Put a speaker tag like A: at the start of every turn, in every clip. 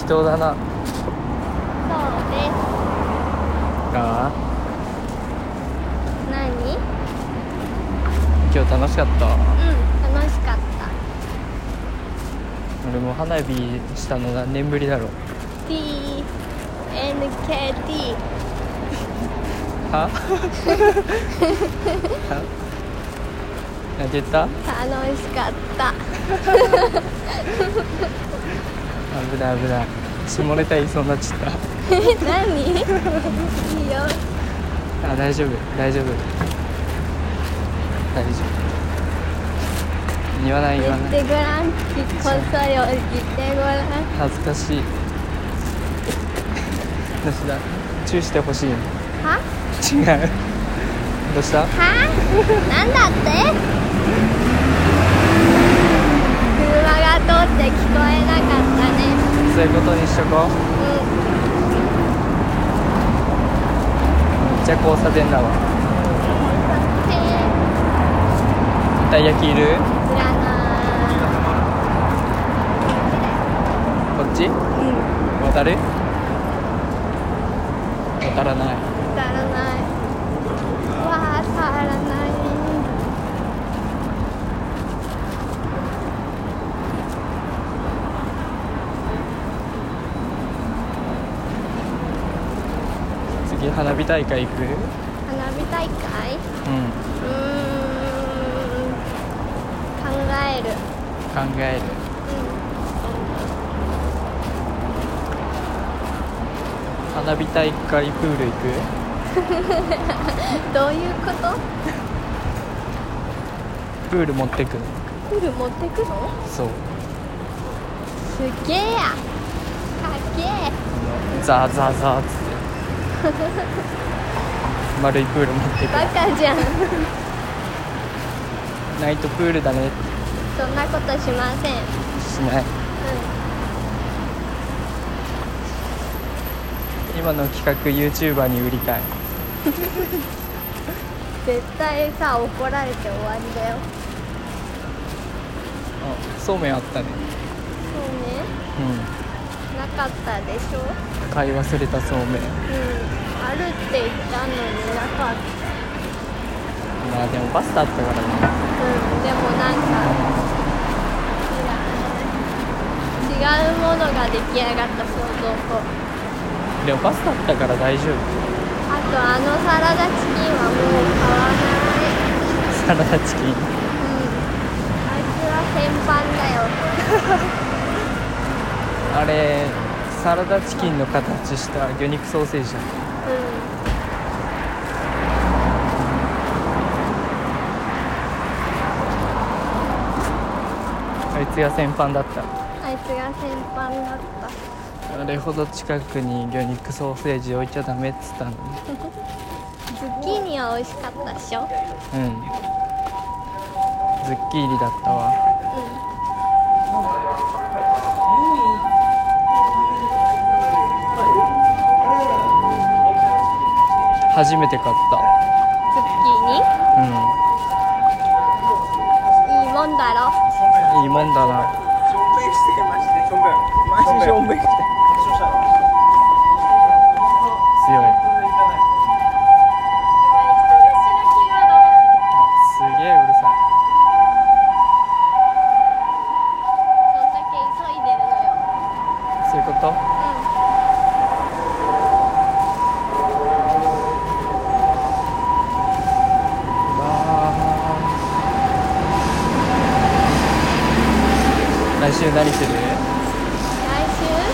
A: 当だな
B: そうです
A: ああ
B: 何う
A: 今日楽しかった
B: ん楽しかった
A: 俺も花火したの何年ぶりだろう
B: TNKT
A: はは泣けた
B: 楽しかった
A: 危ない危ない下ネタ言いそうになっちゃっ
B: え何いいよ
A: たあ大丈夫大丈夫大丈夫言わない言わ
B: 言っ
A: ない
B: てごらんこっそり言ってごらん
A: 恥ずかしいどうしたチューしてほしいの
B: は
A: 違うどうした
B: はなんだって車が通って聞こえなかったね
A: そういうことにしとこう
B: うん
A: めっちゃ交差点だわ
B: 手
A: たい焼きいる
B: 知らな
A: こっち
B: いうん
A: 渡る渡らない
B: 当たらないわあ当たらない
A: 次花火大会行くう
B: 花火大会
A: ん
B: うーん考える
A: 考える花火大会プール行く
B: うんどういうこと
A: プール持ってくの
B: フル持ってくの
A: そう
B: すげえやかっけえ
A: ザーザーザーっつって丸いプール持ってく
B: バカじゃん
A: ナイトプールだね
B: そんなことしません、うん、
A: しない今の企画 YouTuber に売りたい
B: 絶対さ怒られて終わりだよ
A: あそうめんあったね
B: そうね
A: う
B: なかったでしょうん
A: 買い忘れたそうめん
B: あるって言ったのになかった
A: まあでもパスタあったからね
B: うんでもなんかいらない違うものが出来上がった想像と
A: でもパスタあったから大丈夫
B: あとあのサラダチキンはもう買わない
A: サラダチキン
B: うんあいつは先般だよ
A: あれサラダチキンの形した魚肉ソーセージだ
B: うん
A: あいつが先般だった
B: あいつが先般だった
A: あれほど近くに魚肉ソーセージ置いちゃダメっつったのに
B: ズッキーニは美味しかったでしょ
A: うんズッキーニだったわ
B: う
A: 初めて買った
B: んズッキーニいいもんだろ
A: うんいいもんだな
C: 쇼백 시대 맛이 돼. 쇼백. 맛이 쇼백.
A: 強いすげえうるさ
B: そんだけ急いでるのよ
A: いそういうことわー来週何するう
B: うん来週何しよっか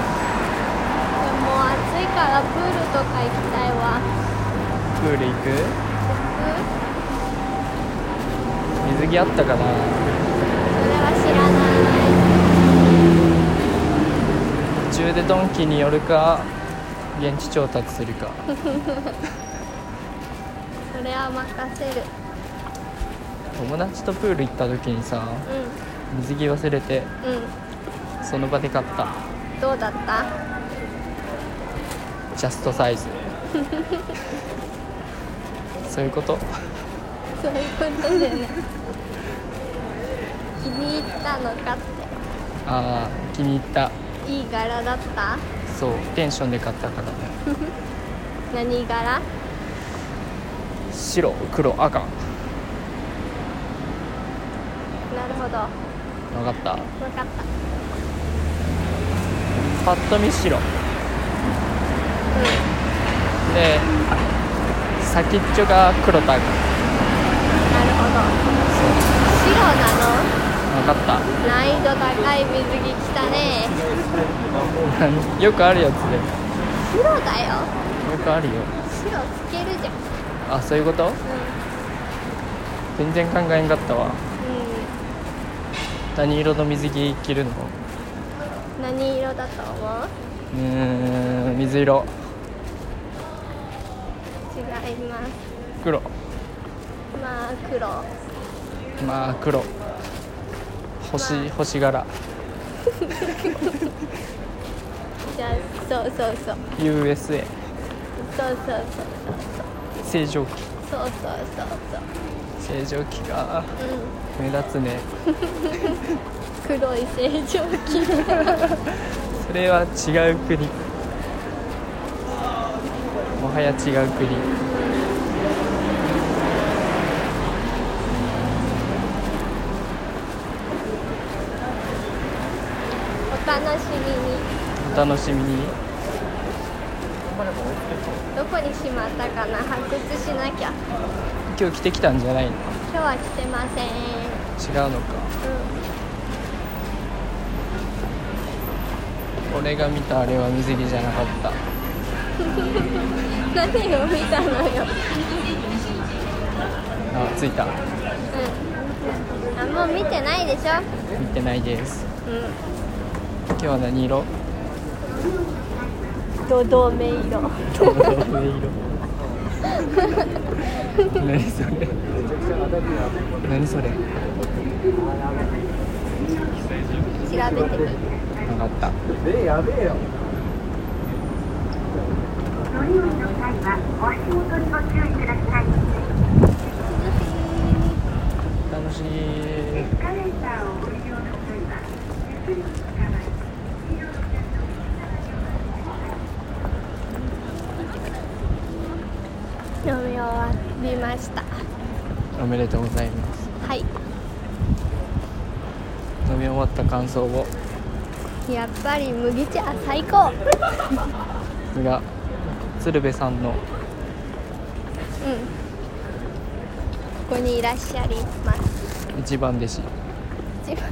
B: でも暑いからプールとか行きたいわ
A: んプール行く
B: うん
A: 水着あったかな
B: それは知らない
A: 途中でドンキに寄るか現地調達するか
B: それは任せる
A: 友達とプール行った時にさ水着忘れて
B: うんうん
A: その場で買った
B: どうだった
A: ジャストサイズそういうこと
B: そういうことでね気に入ったのかっ
A: ああ気に入った
B: ていい柄だった
A: そうテンションで買ったからね
B: 何柄
A: 白黒赤
B: なるほど
A: 分かった
B: 分かった
A: パッと見白で先っちょが黒と赤
B: なるほど白なの
A: 分かった
B: 難易度高い水着着たね
A: 何 よくあるやつで
B: 白だ
A: よ
B: よ
A: くあるよ
B: 白つけるじゃん
A: あそういうこと全然考えんかったわ
B: う
A: 何色の水着着るの
B: ん、何色だと思う
A: うーん水色
B: 違います
A: 黒
B: まあ黒
A: まあ黒星星柄
B: じゃあそうそうそう
A: USA
B: そうそう
A: 正常期
B: そうそうそうそうそ
A: 正常期か
B: うそううん
A: 目立つね
B: 黒い成長期
A: それは違う国もはや違う国
B: お楽しみに
A: お楽しみに
B: どこにしまったかな発掘しなきゃ
A: 今日着てきたんじゃないの
B: 今日は来てません
A: 違うのか
B: う
A: 俺が見たあれは水着じゃなかった
B: ん何を見たのよ
A: あ着いた
B: うんあもう見てないでしょ
A: 見てないです
B: う
A: 今日は何色
B: んドドメ色
A: ど色何それ何それ
B: 調べてみ
A: 分かった
C: えやべえよ
D: 乗り降りの際はお足元にご注意ください。
A: 楽しい
D: エスカレーターをご利用の際は、ゆっくりつかまり、黄色の線路
B: 読み終わりました
A: おめでとうございます
B: はい
A: 飲み終わった感想を
B: やっぱり麦茶最高
A: ですが鶴瓶さんの
B: うんここにいらっしゃります
A: 一番弟子
B: 一番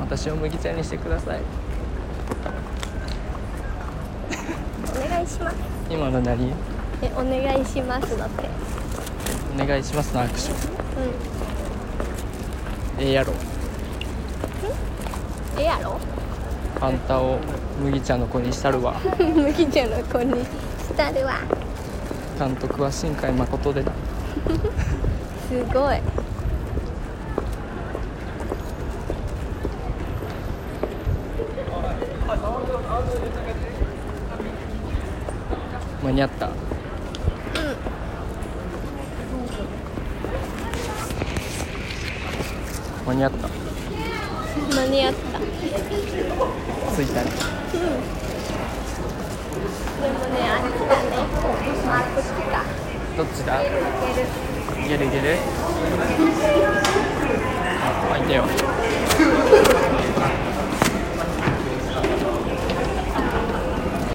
A: 私を麦茶にしてください
B: お願いします
A: 今の何
B: えお願いしますだって
A: お願いしますの握手
B: う
A: ええやろ
B: んええやろ
A: あんたを麦茶の子にしたるわ
B: 麦茶の子にしたるわ
A: 監督は新海誠でだ
B: すごい
A: 間に合った間に合った
B: 間に合ったで
A: 着いたね
B: もねあれだねあこっちか
A: どっちだい
B: いける
A: けるいけるあ開いてよ